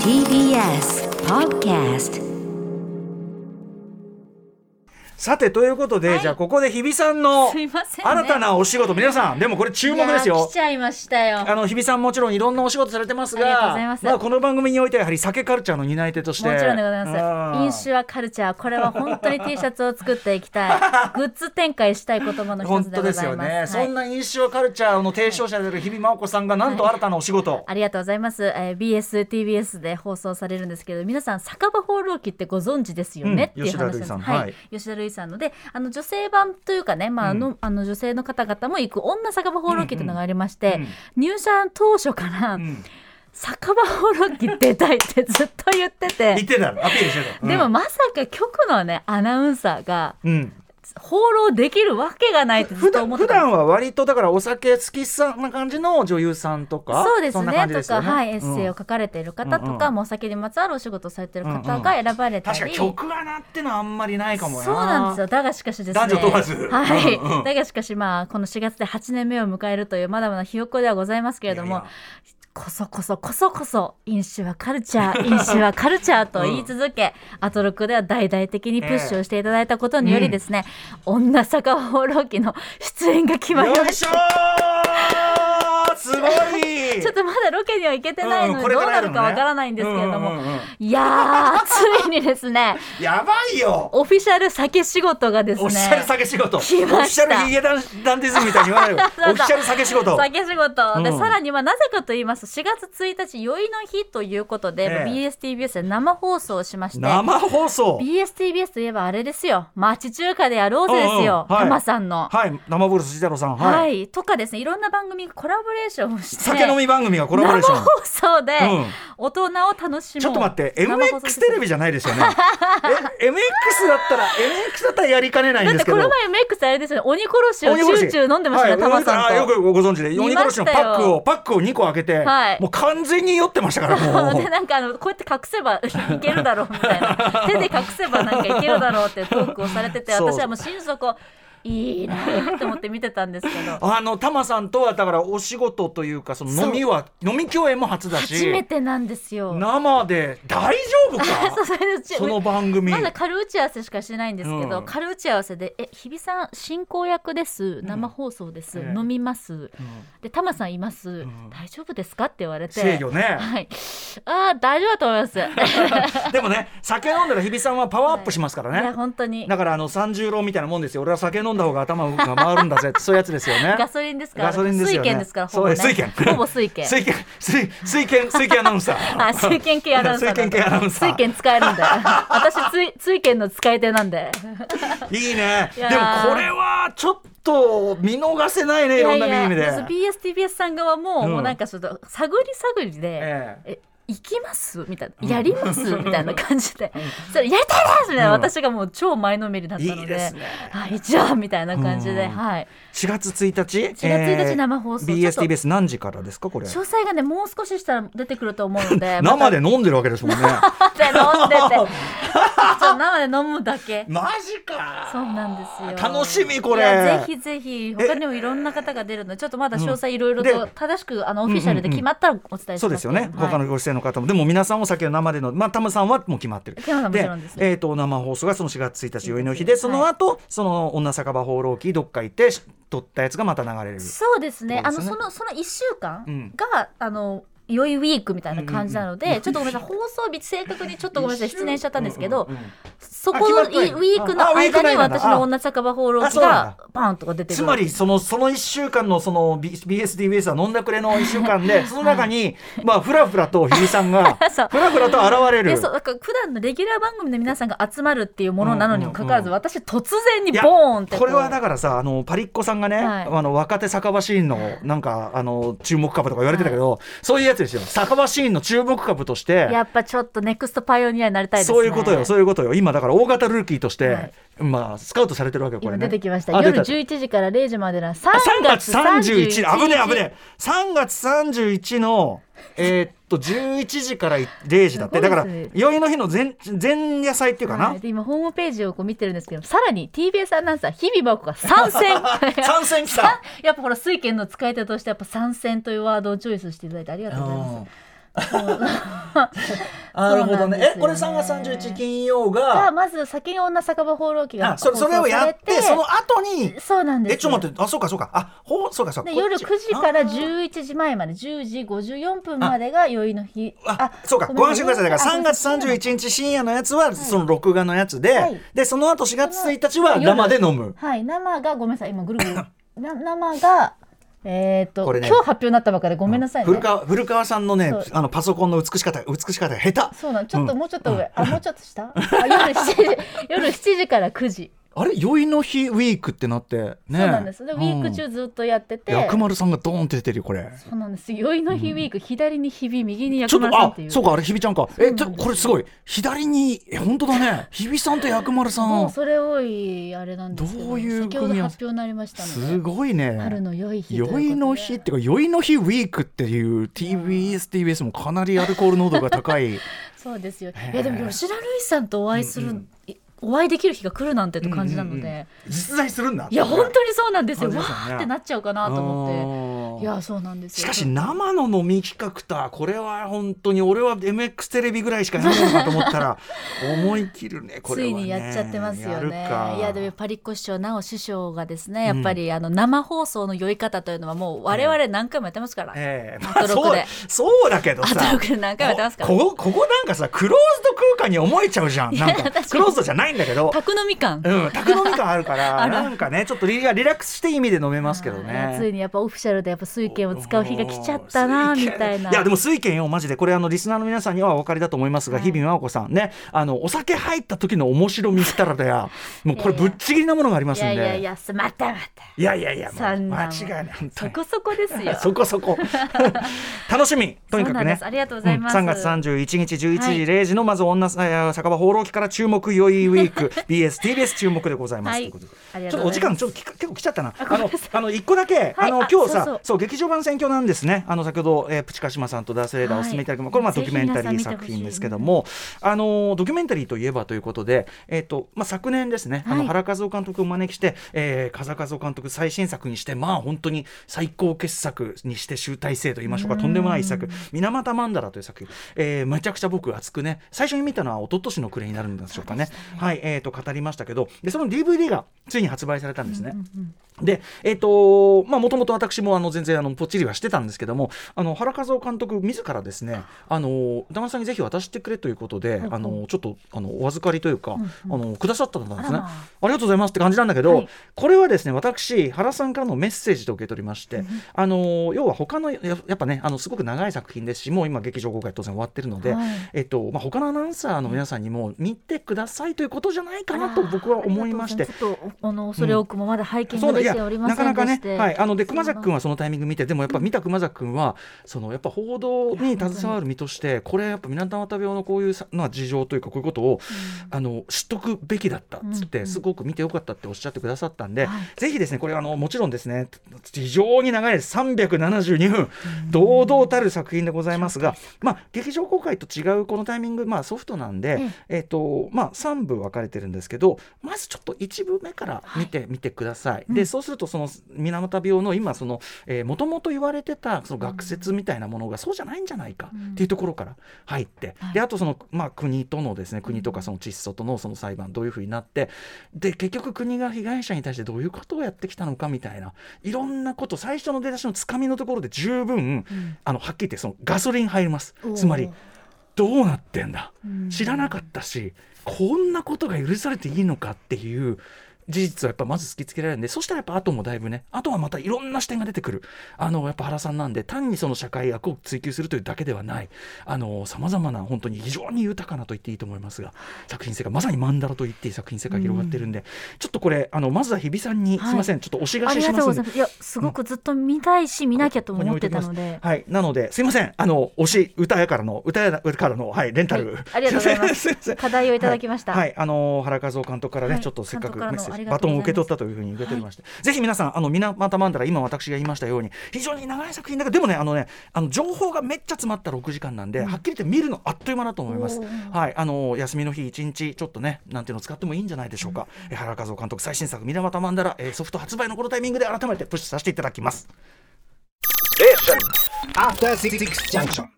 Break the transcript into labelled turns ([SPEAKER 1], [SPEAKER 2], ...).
[SPEAKER 1] TBS Podcast
[SPEAKER 2] さてということで、じゃあここで日比さんの
[SPEAKER 3] すい
[SPEAKER 2] 新
[SPEAKER 3] ませんね
[SPEAKER 2] たなお仕事、皆さんでもこれ注目です
[SPEAKER 3] いや
[SPEAKER 2] よ
[SPEAKER 3] ー来ちゃいましたよ
[SPEAKER 2] あの日比さんもちろんいろんなお仕事されてますが
[SPEAKER 3] ありがとうございます
[SPEAKER 2] あ、この番組においてはやはり酒カルチャーの担い手として
[SPEAKER 3] もちろんでございます
[SPEAKER 2] うん
[SPEAKER 3] 飲酒はカルチャーこれは本当に T シャツを作っていきたいグッズ展開したい言葉の一
[SPEAKER 2] 本
[SPEAKER 3] つで
[SPEAKER 2] 当
[SPEAKER 3] ござ
[SPEAKER 2] で
[SPEAKER 3] います
[SPEAKER 2] すよね、
[SPEAKER 3] はい
[SPEAKER 2] そんな印象カルチャーの提唱者である日比真央子さんがなんと新たなお仕事、
[SPEAKER 3] ありがとうございます、えー、BSTBS で放送されるんですけど皆さん酒場放浪記ってご存知ですよね、っていう話なんで
[SPEAKER 2] うん吉田類
[SPEAKER 3] す
[SPEAKER 2] さん
[SPEAKER 3] はい
[SPEAKER 2] はい
[SPEAKER 3] 吉田類さんのであの女性版というかね、まああのあの女性の方々も行く女酒場放浪記っていうのがありまして、入社当初から、
[SPEAKER 2] ん
[SPEAKER 3] 酒場放浪記出たいってずっと言ってて
[SPEAKER 2] 言ってたのアピールしてたの
[SPEAKER 3] でもまさか局のねアナウンサーが
[SPEAKER 2] うんうん
[SPEAKER 3] 放浪できるわけがないってず
[SPEAKER 2] 普
[SPEAKER 3] っと
[SPEAKER 2] 段
[SPEAKER 3] 思っ
[SPEAKER 2] 普
[SPEAKER 3] てた
[SPEAKER 2] 段は割とだからお酒好きそうな感じの女優さんとか
[SPEAKER 3] そうです
[SPEAKER 2] んな
[SPEAKER 3] ね
[SPEAKER 2] 感じ
[SPEAKER 3] と
[SPEAKER 2] ですよ
[SPEAKER 3] か、
[SPEAKER 2] ね
[SPEAKER 3] はい、エッ
[SPEAKER 2] うん
[SPEAKER 3] セイを書かれている方とか、
[SPEAKER 2] うんうん
[SPEAKER 3] もうお酒にまつわるお仕事をされている
[SPEAKER 2] うんう
[SPEAKER 3] 方
[SPEAKER 2] ん
[SPEAKER 3] が選ばれたり、
[SPEAKER 2] 確かに曲アナってのはあんまりないかもな
[SPEAKER 3] そうなんですよだがしかしですね
[SPEAKER 2] 男女問わず
[SPEAKER 3] はい、
[SPEAKER 2] うんうん
[SPEAKER 3] だがしかしまあこの4月で8年目を迎えるというまだまだひよっこではございますけれども
[SPEAKER 2] いやいや
[SPEAKER 3] こそこそこそこそ飲酒はカルチャー飲酒はカルチャーと言い続け、アトロクでは大々的にプッシュをしていただいたことによりですね、女酒場放浪記の出演が決まり
[SPEAKER 2] よ
[SPEAKER 3] ま
[SPEAKER 2] い
[SPEAKER 3] し
[SPEAKER 2] しょ
[SPEAKER 3] た
[SPEAKER 2] ーすごい
[SPEAKER 3] ちょっとまだロケには行けてないの
[SPEAKER 2] うん
[SPEAKER 3] で、
[SPEAKER 2] これ
[SPEAKER 3] ど
[SPEAKER 2] か
[SPEAKER 3] う
[SPEAKER 2] ら
[SPEAKER 3] な
[SPEAKER 2] や
[SPEAKER 3] る
[SPEAKER 2] るのね
[SPEAKER 3] かわからないんですけれども、
[SPEAKER 2] うんうんうん
[SPEAKER 3] いやーついにですね
[SPEAKER 2] やばいよ
[SPEAKER 3] オフィシャル酒仕事がですね
[SPEAKER 2] おっしゃる酒仕事オフ
[SPEAKER 3] 来ました
[SPEAKER 2] ィシャルヒゲダンダンディズムみたいに言わないよ
[SPEAKER 3] そうそう
[SPEAKER 2] オフィシャル酒仕事
[SPEAKER 3] 酒仕事で、
[SPEAKER 2] うん
[SPEAKER 3] さらにはなぜかと言いますと4月1日宵の日ということで、
[SPEAKER 2] ええ
[SPEAKER 3] BSTBS で生放送をしまして
[SPEAKER 2] 生放送
[SPEAKER 3] BSTBS といえばあれですよ町中華でやろうぜですよ、
[SPEAKER 2] うんうんはい
[SPEAKER 3] 浜さんの。
[SPEAKER 2] はい生ブルスジ太郎さん
[SPEAKER 3] はい、
[SPEAKER 2] はい
[SPEAKER 3] とかですねいろんな番組がコラボレーションをして
[SPEAKER 2] 酒飲み番組がコラボレーシ
[SPEAKER 3] 生
[SPEAKER 2] ョン
[SPEAKER 3] 放送で
[SPEAKER 2] うん
[SPEAKER 3] 大人を楽しむ、
[SPEAKER 2] ちょっと待って
[SPEAKER 3] 生放送
[SPEAKER 2] MX テレビじゃないですよねえ MX だったら MX だったらやりかねない
[SPEAKER 3] だ
[SPEAKER 2] ん
[SPEAKER 3] って
[SPEAKER 2] ですけ
[SPEAKER 3] こ
[SPEAKER 2] ど
[SPEAKER 3] の前メイクされですよね鬼殺しをチューチュー飲んでましたね、
[SPEAKER 2] はい
[SPEAKER 3] タマさんと。
[SPEAKER 2] あよくご存知
[SPEAKER 3] ました
[SPEAKER 2] で
[SPEAKER 3] よ
[SPEAKER 2] 鬼殺しのパックをパックを2個開けて、
[SPEAKER 3] はい
[SPEAKER 2] もう完全に酔ってましたか らもう
[SPEAKER 3] でなんかあのこうやって隠せばいけるだろうみたいな 手で隠せばなんかいけるだろうっていうトークをされてて
[SPEAKER 2] そう
[SPEAKER 3] 私はもう心底いいなって思って見てたんですけ ど
[SPEAKER 2] あのタマさんとはだからお仕事というかその飲みは飲み共演も初だし
[SPEAKER 3] 初めてなんですよ。
[SPEAKER 2] 生で大丈夫
[SPEAKER 3] そう
[SPEAKER 2] か
[SPEAKER 3] それでうち
[SPEAKER 2] その番組、
[SPEAKER 3] まだ軽打ち合わせしかしてないんですけど、
[SPEAKER 2] うん
[SPEAKER 3] 軽打ち合わせで「え日比さん進行役です生放送です、
[SPEAKER 2] ええ
[SPEAKER 3] 飲みます」で「タマさんいます、
[SPEAKER 2] ん
[SPEAKER 3] 大丈夫ですか?」って言われて
[SPEAKER 2] 制 御ね
[SPEAKER 3] はい、あー大丈夫だと思います。
[SPEAKER 2] でもね酒飲んだら日比さんはパワーアップしますから ね、
[SPEAKER 3] いや本当に
[SPEAKER 2] だからあの三十郎みたいなもんですよ俺は酒飲んだ方が頭が回るんだぜそういうやつですよね
[SPEAKER 3] ガソリンですから
[SPEAKER 2] ガソリンですよ
[SPEAKER 3] 水
[SPEAKER 2] ね
[SPEAKER 3] 拳ですからほぼね
[SPEAKER 2] そうです水拳
[SPEAKER 3] ほぼ水拳
[SPEAKER 2] 水拳水水拳水拳アナウンサー
[SPEAKER 3] あ水拳系アナウンサーなんで
[SPEAKER 2] 水拳系アナウンサー
[SPEAKER 3] 水拳使えるんで私水水拳の使い手なんで
[SPEAKER 2] いいね。
[SPEAKER 3] い
[SPEAKER 2] でも
[SPEAKER 3] やー
[SPEAKER 2] これはちょっと見逃せないね、いろんな意味で。
[SPEAKER 3] そう BSTBS さん側も、
[SPEAKER 2] うん
[SPEAKER 3] もうなんかちょっと探り探りで、
[SPEAKER 2] ええ
[SPEAKER 3] え行きますみたいなやりますみたいな感じでそれやりたいですみたいな、私がもう超前のめりだったので
[SPEAKER 2] いいですね
[SPEAKER 3] はいじゃあみたいな感じで、
[SPEAKER 2] うん
[SPEAKER 3] はい
[SPEAKER 2] 4月1日、4
[SPEAKER 3] 月1日生放送ちょっと
[SPEAKER 2] BSTBS 何時からですか、これ。
[SPEAKER 3] 詳細がねもう少ししたら出てくると思うので
[SPEAKER 2] 生で
[SPEAKER 3] ま
[SPEAKER 2] 飲んでるわけですも んね。
[SPEAKER 3] たって飲ん でてちょっと生で飲むだけ
[SPEAKER 2] マジか。
[SPEAKER 3] そうなんですよ。
[SPEAKER 2] 楽しみこれ
[SPEAKER 3] いやぜひぜひ他にもいろんな方が出るのでちょっとまだ詳細いろいろ
[SPEAKER 2] うん
[SPEAKER 3] と
[SPEAKER 2] で
[SPEAKER 3] 正しくあのオフィシャルで決まったらお伝えします。
[SPEAKER 2] そうですよね、
[SPEAKER 3] はい
[SPEAKER 2] 他のご出演の方もでも皆さんも先ほど生での、まあ、タムさんはもう決まってる
[SPEAKER 3] タムさんもちろんです
[SPEAKER 2] えー、と生放送がその4月1日宵の日でその後、その女酒場放浪記どっか行って撮ったやつがまた流れる
[SPEAKER 3] そうですね。あ
[SPEAKER 2] そ
[SPEAKER 3] の
[SPEAKER 2] うです
[SPEAKER 3] そ
[SPEAKER 2] ね
[SPEAKER 3] のその一週間
[SPEAKER 2] うん
[SPEAKER 3] があの。良いウィークみたいな感じなので、ちょっとごめんなさい、放送日、正確にちょっとごめんなさい、失念しちゃったんですけど
[SPEAKER 2] う、んうんうん
[SPEAKER 3] そこの
[SPEAKER 2] あ
[SPEAKER 3] ウ
[SPEAKER 2] 決まっ
[SPEAKER 3] ィ
[SPEAKER 2] てな
[SPEAKER 3] ウ
[SPEAKER 2] い
[SPEAKER 3] ィーク
[SPEAKER 2] あ
[SPEAKER 3] の
[SPEAKER 2] ウィーク
[SPEAKER 3] 間に
[SPEAKER 2] ないんだ
[SPEAKER 3] 私の女酒場放浪
[SPEAKER 2] あ
[SPEAKER 3] 記
[SPEAKER 2] そうなん
[SPEAKER 3] が
[SPEAKER 2] だ
[SPEAKER 3] バーンとか出てく
[SPEAKER 2] つ
[SPEAKER 3] る
[SPEAKER 2] ま
[SPEAKER 3] わけで
[SPEAKER 2] りそのその1週間のその B- BSDBS は飲んだくれの1週間でその中にまあふらふらと日比さんが
[SPEAKER 3] そう
[SPEAKER 2] ふらふらと現れ
[SPEAKER 3] いや
[SPEAKER 2] る
[SPEAKER 3] そうだから普段のレギュラー番組の皆さんが集まるっていうものなのにもかかわらず、
[SPEAKER 2] うんう
[SPEAKER 3] 私突然に
[SPEAKER 2] いや
[SPEAKER 3] ボーンってう
[SPEAKER 2] これはだからさあのパリッコさんがね、
[SPEAKER 3] はい
[SPEAKER 2] あの若手酒場シーンのなんかあの注目株とか言われてたけど、そういうやつですよ酒場シーンの注目株として
[SPEAKER 3] やっぱちょっとネクストパイオニアになりたいですね。
[SPEAKER 2] そういうことよそういうことよ今だから大型ルーキーとして、
[SPEAKER 3] はい
[SPEAKER 2] まあスカウトされてるわけよこれ
[SPEAKER 3] 今
[SPEAKER 2] ね
[SPEAKER 3] 出てきました。
[SPEAKER 2] あ出
[SPEAKER 3] 夜11時から0時までの3
[SPEAKER 2] 3
[SPEAKER 3] 月
[SPEAKER 2] 月
[SPEAKER 3] 31
[SPEAKER 2] 31
[SPEAKER 3] 日。
[SPEAKER 2] 日危ねえ危ねえ3月31のえーっと11時から0時だって
[SPEAKER 3] すご
[SPEAKER 2] だ
[SPEAKER 3] い
[SPEAKER 2] から
[SPEAKER 3] ですね
[SPEAKER 2] 宵の日の前前夜祭っていうかな、
[SPEAKER 3] はいで今ホームページをこう見てるんですけどさらに TBS アナウンサー日比真央子が参 戦
[SPEAKER 2] 参戦来た
[SPEAKER 3] やっぱほら水拳の使い手としてやっぱ参戦というワードをチョイスしていただいてありがとうございます
[SPEAKER 2] あなるほどね。え、
[SPEAKER 3] そう
[SPEAKER 2] こ
[SPEAKER 3] な
[SPEAKER 2] れ
[SPEAKER 3] んですよ
[SPEAKER 2] 3
[SPEAKER 3] ね
[SPEAKER 2] 月31日金曜
[SPEAKER 3] が
[SPEAKER 2] が、
[SPEAKER 3] まず先に女酒場放浪記が
[SPEAKER 2] あそれそれをやって、その後に、
[SPEAKER 3] そうなんです
[SPEAKER 2] え、ちょっと待って、あ、そうかそうか、あ、ほう、そうかそうか。
[SPEAKER 3] で
[SPEAKER 2] こっ
[SPEAKER 3] 夜
[SPEAKER 2] ち
[SPEAKER 3] 9時から
[SPEAKER 2] あ
[SPEAKER 3] 11時前まで10時54分までが宵の日
[SPEAKER 2] あそうかご安心くださいだから3月31日深夜のやつはその録画のやつで、
[SPEAKER 3] はい
[SPEAKER 2] でその後4月1日は
[SPEAKER 3] 夜
[SPEAKER 2] 生で飲む
[SPEAKER 3] はい生がごめんなさい今ぐるぐ るな生がえっ、と、
[SPEAKER 2] これね
[SPEAKER 3] 今日発表になったばかりでごめんなさいね、
[SPEAKER 2] 古川古川さんのね
[SPEAKER 3] そう
[SPEAKER 2] あのパソコンの美し方美し方が下手
[SPEAKER 3] そうなんちょっと、
[SPEAKER 2] うん
[SPEAKER 3] もうちょっと上あもうちょっと下あ夜7時 夜7時から9時、
[SPEAKER 2] あれ宵の日ウィークってなってね
[SPEAKER 3] そうなんですでウィーク
[SPEAKER 2] うん
[SPEAKER 3] 中ずっとやってて、
[SPEAKER 2] 薬丸さんがドーンって出てるよこれ
[SPEAKER 3] そうなんです宵の日ウィーク、左にひび右に
[SPEAKER 2] ちょ
[SPEAKER 3] 薬
[SPEAKER 2] っ
[SPEAKER 3] 丸さ
[SPEAKER 2] と
[SPEAKER 3] んっ
[SPEAKER 2] あ
[SPEAKER 3] ていう
[SPEAKER 2] そうかあれ日比ちゃんかえちょ
[SPEAKER 3] そうなんです
[SPEAKER 2] これすごい左にえ本当だね日比さんと薬丸さ
[SPEAKER 3] もうんそれ多いあれなんですけど
[SPEAKER 2] どういう
[SPEAKER 3] 先ほ
[SPEAKER 2] 組
[SPEAKER 3] ど
[SPEAKER 2] み合わ
[SPEAKER 3] 発
[SPEAKER 2] せ
[SPEAKER 3] 表になりましたの
[SPEAKER 2] す
[SPEAKER 3] で
[SPEAKER 2] ごいね
[SPEAKER 3] 春の良い日ということで
[SPEAKER 2] 宵の日っていうか宵の日ウィークっていう TBSTBS もかなりアルコール濃度が高 い
[SPEAKER 3] そうですよ
[SPEAKER 2] へ。え
[SPEAKER 3] いやでも吉田類さんとお会いする、いお会いできる日が来るなんてと感じなので、
[SPEAKER 2] うんうんう実在するんだ
[SPEAKER 3] いや本当にそうなんですよ。
[SPEAKER 2] そう
[SPEAKER 3] わ
[SPEAKER 2] ですよね
[SPEAKER 3] ーってなっちゃうかなと思って。い
[SPEAKER 2] あー
[SPEAKER 3] やそうなんですよ。
[SPEAKER 2] しかし生の飲み企画だこれは本当に俺は MX テレビぐらいしかやるのかと思った ら思い切るねこれ
[SPEAKER 3] つ
[SPEAKER 2] はね
[SPEAKER 3] いにやっちゃってますよ
[SPEAKER 2] や
[SPEAKER 3] ね
[SPEAKER 2] る。か
[SPEAKER 3] いやでもパリッコ師匠なお師匠がですねやっぱりあの生放送の酔い方というのはもう我々何回もやってますから。
[SPEAKER 2] ええ
[SPEAKER 3] アトロクで
[SPEAKER 2] そうそうだけど
[SPEAKER 3] ア
[SPEAKER 2] さ
[SPEAKER 3] トロクで何回もやってますから。
[SPEAKER 2] ここここなんかさクローズド空間に思えちゃ うじゃんなん
[SPEAKER 3] いや確
[SPEAKER 2] か
[SPEAKER 3] かに
[SPEAKER 2] クローズドじゃないんだ けど
[SPEAKER 3] 宅飲み感。
[SPEAKER 2] うん、宅飲み感あるか ら
[SPEAKER 3] ある
[SPEAKER 2] なんかねちょっとリラリラックスしていい意味で飲めますけど
[SPEAKER 3] あーつい
[SPEAKER 2] ね。
[SPEAKER 3] にやっぱオフィシャルでやっぱ水券を使う日が来ちゃったなみたいな。
[SPEAKER 2] いやでも水券をマジでこれあのリスナーの皆さんにはお分かりだと思いますが、
[SPEAKER 3] はい
[SPEAKER 2] 日比真央子さんねあのお酒入った時の面白みったらだやもうこれぶっちぎりなものがありま
[SPEAKER 3] い
[SPEAKER 2] すん
[SPEAKER 3] や
[SPEAKER 2] で
[SPEAKER 3] いやいやすまたまた。
[SPEAKER 2] いやいやいやもう
[SPEAKER 3] そんな
[SPEAKER 2] 間
[SPEAKER 3] もん
[SPEAKER 2] 違いない本当
[SPEAKER 3] そ
[SPEAKER 2] に
[SPEAKER 3] こそこですよ。
[SPEAKER 2] そこそこ楽しみとに
[SPEAKER 3] そ
[SPEAKER 2] か
[SPEAKER 3] うな
[SPEAKER 2] く
[SPEAKER 3] んで
[SPEAKER 2] ね
[SPEAKER 3] すありがとうございます
[SPEAKER 2] 3月31日11
[SPEAKER 3] はい
[SPEAKER 2] 時0時のまず女さ、えー酒場放浪記から注目酔いウィ ーク BSTBS 注目でございます、
[SPEAKER 3] はい
[SPEAKER 2] ということで
[SPEAKER 3] ありが
[SPEAKER 2] ち
[SPEAKER 3] と
[SPEAKER 2] ょ
[SPEAKER 3] う
[SPEAKER 2] っと
[SPEAKER 3] ご
[SPEAKER 2] お
[SPEAKER 3] ざいま
[SPEAKER 2] 時間
[SPEAKER 3] す
[SPEAKER 2] ちょっとき結構来ちゃったな。あのあの一個だけ、
[SPEAKER 3] はい
[SPEAKER 2] あの
[SPEAKER 3] あ
[SPEAKER 2] 今日さ
[SPEAKER 3] そう
[SPEAKER 2] そ
[SPEAKER 3] そう
[SPEAKER 2] う劇場版選挙なんですね。あの先ほど、えープチカシマさんとダースレーダーをお勧めいただきま
[SPEAKER 3] はい
[SPEAKER 2] これまあ
[SPEAKER 3] ぜ
[SPEAKER 2] ド
[SPEAKER 3] ひ
[SPEAKER 2] キュメンタリー
[SPEAKER 3] 皆さん見てほ
[SPEAKER 2] 作
[SPEAKER 3] しい
[SPEAKER 2] 品ですけども、あのドキュメンタリーといえばということで、えっ、とまあ昨年ですね、あ
[SPEAKER 3] は
[SPEAKER 2] の
[SPEAKER 3] い
[SPEAKER 2] 原和夫監督をお招きして、えー、風和夫監督最新作にしてまあ本当に最高傑作にして集大成と言いましょうか
[SPEAKER 3] うん
[SPEAKER 2] とんでもない一作水俣曼荼羅という作品、えーめちゃくちゃ僕熱くね最初に見たのは一昨年の暮れになるんでしょうかね。はいえっ、と語りましたけど、でその DVD がついに発売されたんですね。で、えっ、と、まあ、もともと私も、あの、全然、あの、ぽっちりはしてたんですけども、あの、原和夫監督自らですね、あの、歌丸さんにぜひ渡してくれということで、
[SPEAKER 3] うん
[SPEAKER 2] あの、ちょっと、あの、お預かりというか、
[SPEAKER 3] うん
[SPEAKER 2] あの、くださったんですね。
[SPEAKER 3] あ
[SPEAKER 2] あ
[SPEAKER 3] らまあ
[SPEAKER 2] りがとうございますって感じなんだけど、
[SPEAKER 3] はい
[SPEAKER 2] これはですね、私、原さんからのメッセージと受け取りまして、あの、要は他の、ややっぱね、あの、すごく長い作品ですし、もう今、劇場公開当然終わってるので、
[SPEAKER 3] はい
[SPEAKER 2] えっと、まあ、他のアナウンサーの皆さんにも見てくださいということじゃないかなと僕は思いまして
[SPEAKER 3] あ、りがとうございますちょっとあの恐れ多くもまだ拝見
[SPEAKER 2] そ
[SPEAKER 3] が
[SPEAKER 2] うだ
[SPEAKER 3] でき
[SPEAKER 2] いや
[SPEAKER 3] ておりませ
[SPEAKER 2] なんか
[SPEAKER 3] で
[SPEAKER 2] なかね
[SPEAKER 3] して、
[SPEAKER 2] はい、あので熊崎君はそのタイミング見てでもやっぱ見た熊崎君はそのやっぱ報道に携わる身としてこれやっぱ水俣病のこういうさな事情というかこういうことを、あの知っとくべきだったっつっ
[SPEAKER 3] うんう
[SPEAKER 2] て
[SPEAKER 3] ん
[SPEAKER 2] すごく見てよかったっておっしゃってくださったんで、
[SPEAKER 3] はい
[SPEAKER 2] ぜひですねこれあのもちろんですね非常に長いです372分堂々たる作品でございますが、まあ、劇場公開と違うこのタイミング、まあ、ソフトなんで、えっとまあ、3部分かれてるんですけどまずちょっと1部目から見てみてください。でそうするとその水俣病の今そのもともと言われてたその学説みたいなものがそうじゃないんじゃないかっていうところから入って、であとその、まあ、国とのですね国とかその窒素とのその裁判どういうふうになってで結局国が被害者に対してどういうことをやってきたのかみたいないろんなこと最初の出だしのつかみのところで十分、あのはっきり言ってそのガソリン入ります
[SPEAKER 3] おー
[SPEAKER 2] つまりどうなってんだ
[SPEAKER 3] うん
[SPEAKER 2] 知らなかったしこんなことが許されていいのかっていう事実はやっぱまず突きつけられるんでそしたらやっぱ後もだいぶねあとはまたいろんな視点が出てくるあのやっぱ原さんなんで単にその社会悪を追求するというだけではないさまざまな本当に非常に豊かなと言っていいと思いますが作品世界まさに曼荼羅と言っていい作品世界広がってるんで、ちょっとこれあのまずは日比さんに、
[SPEAKER 3] はい
[SPEAKER 2] すいませんちょっとお知ら
[SPEAKER 3] あ
[SPEAKER 2] せ
[SPEAKER 3] り
[SPEAKER 2] し
[SPEAKER 3] が
[SPEAKER 2] ま
[SPEAKER 3] とう
[SPEAKER 2] す
[SPEAKER 3] ござ
[SPEAKER 2] ん
[SPEAKER 3] い
[SPEAKER 2] で
[SPEAKER 3] ます。いやすごくずっと見たいし見なきゃと
[SPEAKER 2] ここに
[SPEAKER 3] 思
[SPEAKER 2] 置
[SPEAKER 3] っ
[SPEAKER 2] いて
[SPEAKER 3] て
[SPEAKER 2] き
[SPEAKER 3] た
[SPEAKER 2] ます
[SPEAKER 3] ので。
[SPEAKER 2] はい、なので、すいません、あの、推し、歌やからの、歌やからの、はい、レンタル。
[SPEAKER 3] はいありがとうございます
[SPEAKER 2] すいません。
[SPEAKER 3] 課題をいただきました
[SPEAKER 2] はい、はいあの、原和夫監督からね、
[SPEAKER 3] はい
[SPEAKER 2] ちょっとせっかくメ
[SPEAKER 3] 監督からの
[SPEAKER 2] ッセー
[SPEAKER 3] あ
[SPEAKER 2] ジ、
[SPEAKER 3] り
[SPEAKER 2] バ
[SPEAKER 3] が
[SPEAKER 2] ト
[SPEAKER 3] とう
[SPEAKER 2] ンを
[SPEAKER 3] ございます
[SPEAKER 2] 受け取ったというふうに受け取りまして。ぜひ皆さん、あの、みな、またまんだら、今私が言いましたように、非常に長い作品だけど、でもね、あのね、あの、情報がめっちゃ詰まった6時間なんで、はっきり言って見るのあっという間だと思います
[SPEAKER 3] お。ー
[SPEAKER 2] はい、あの、休みの日一日、ちょっとね、なんていうのを使ってもいいんじゃないでしょうか。え原和夫監督最新作、水俣曼荼羅、えーソフト発売のこのタイミングで改めてプッシュさせていただきます。
[SPEAKER 4] After Six Junction.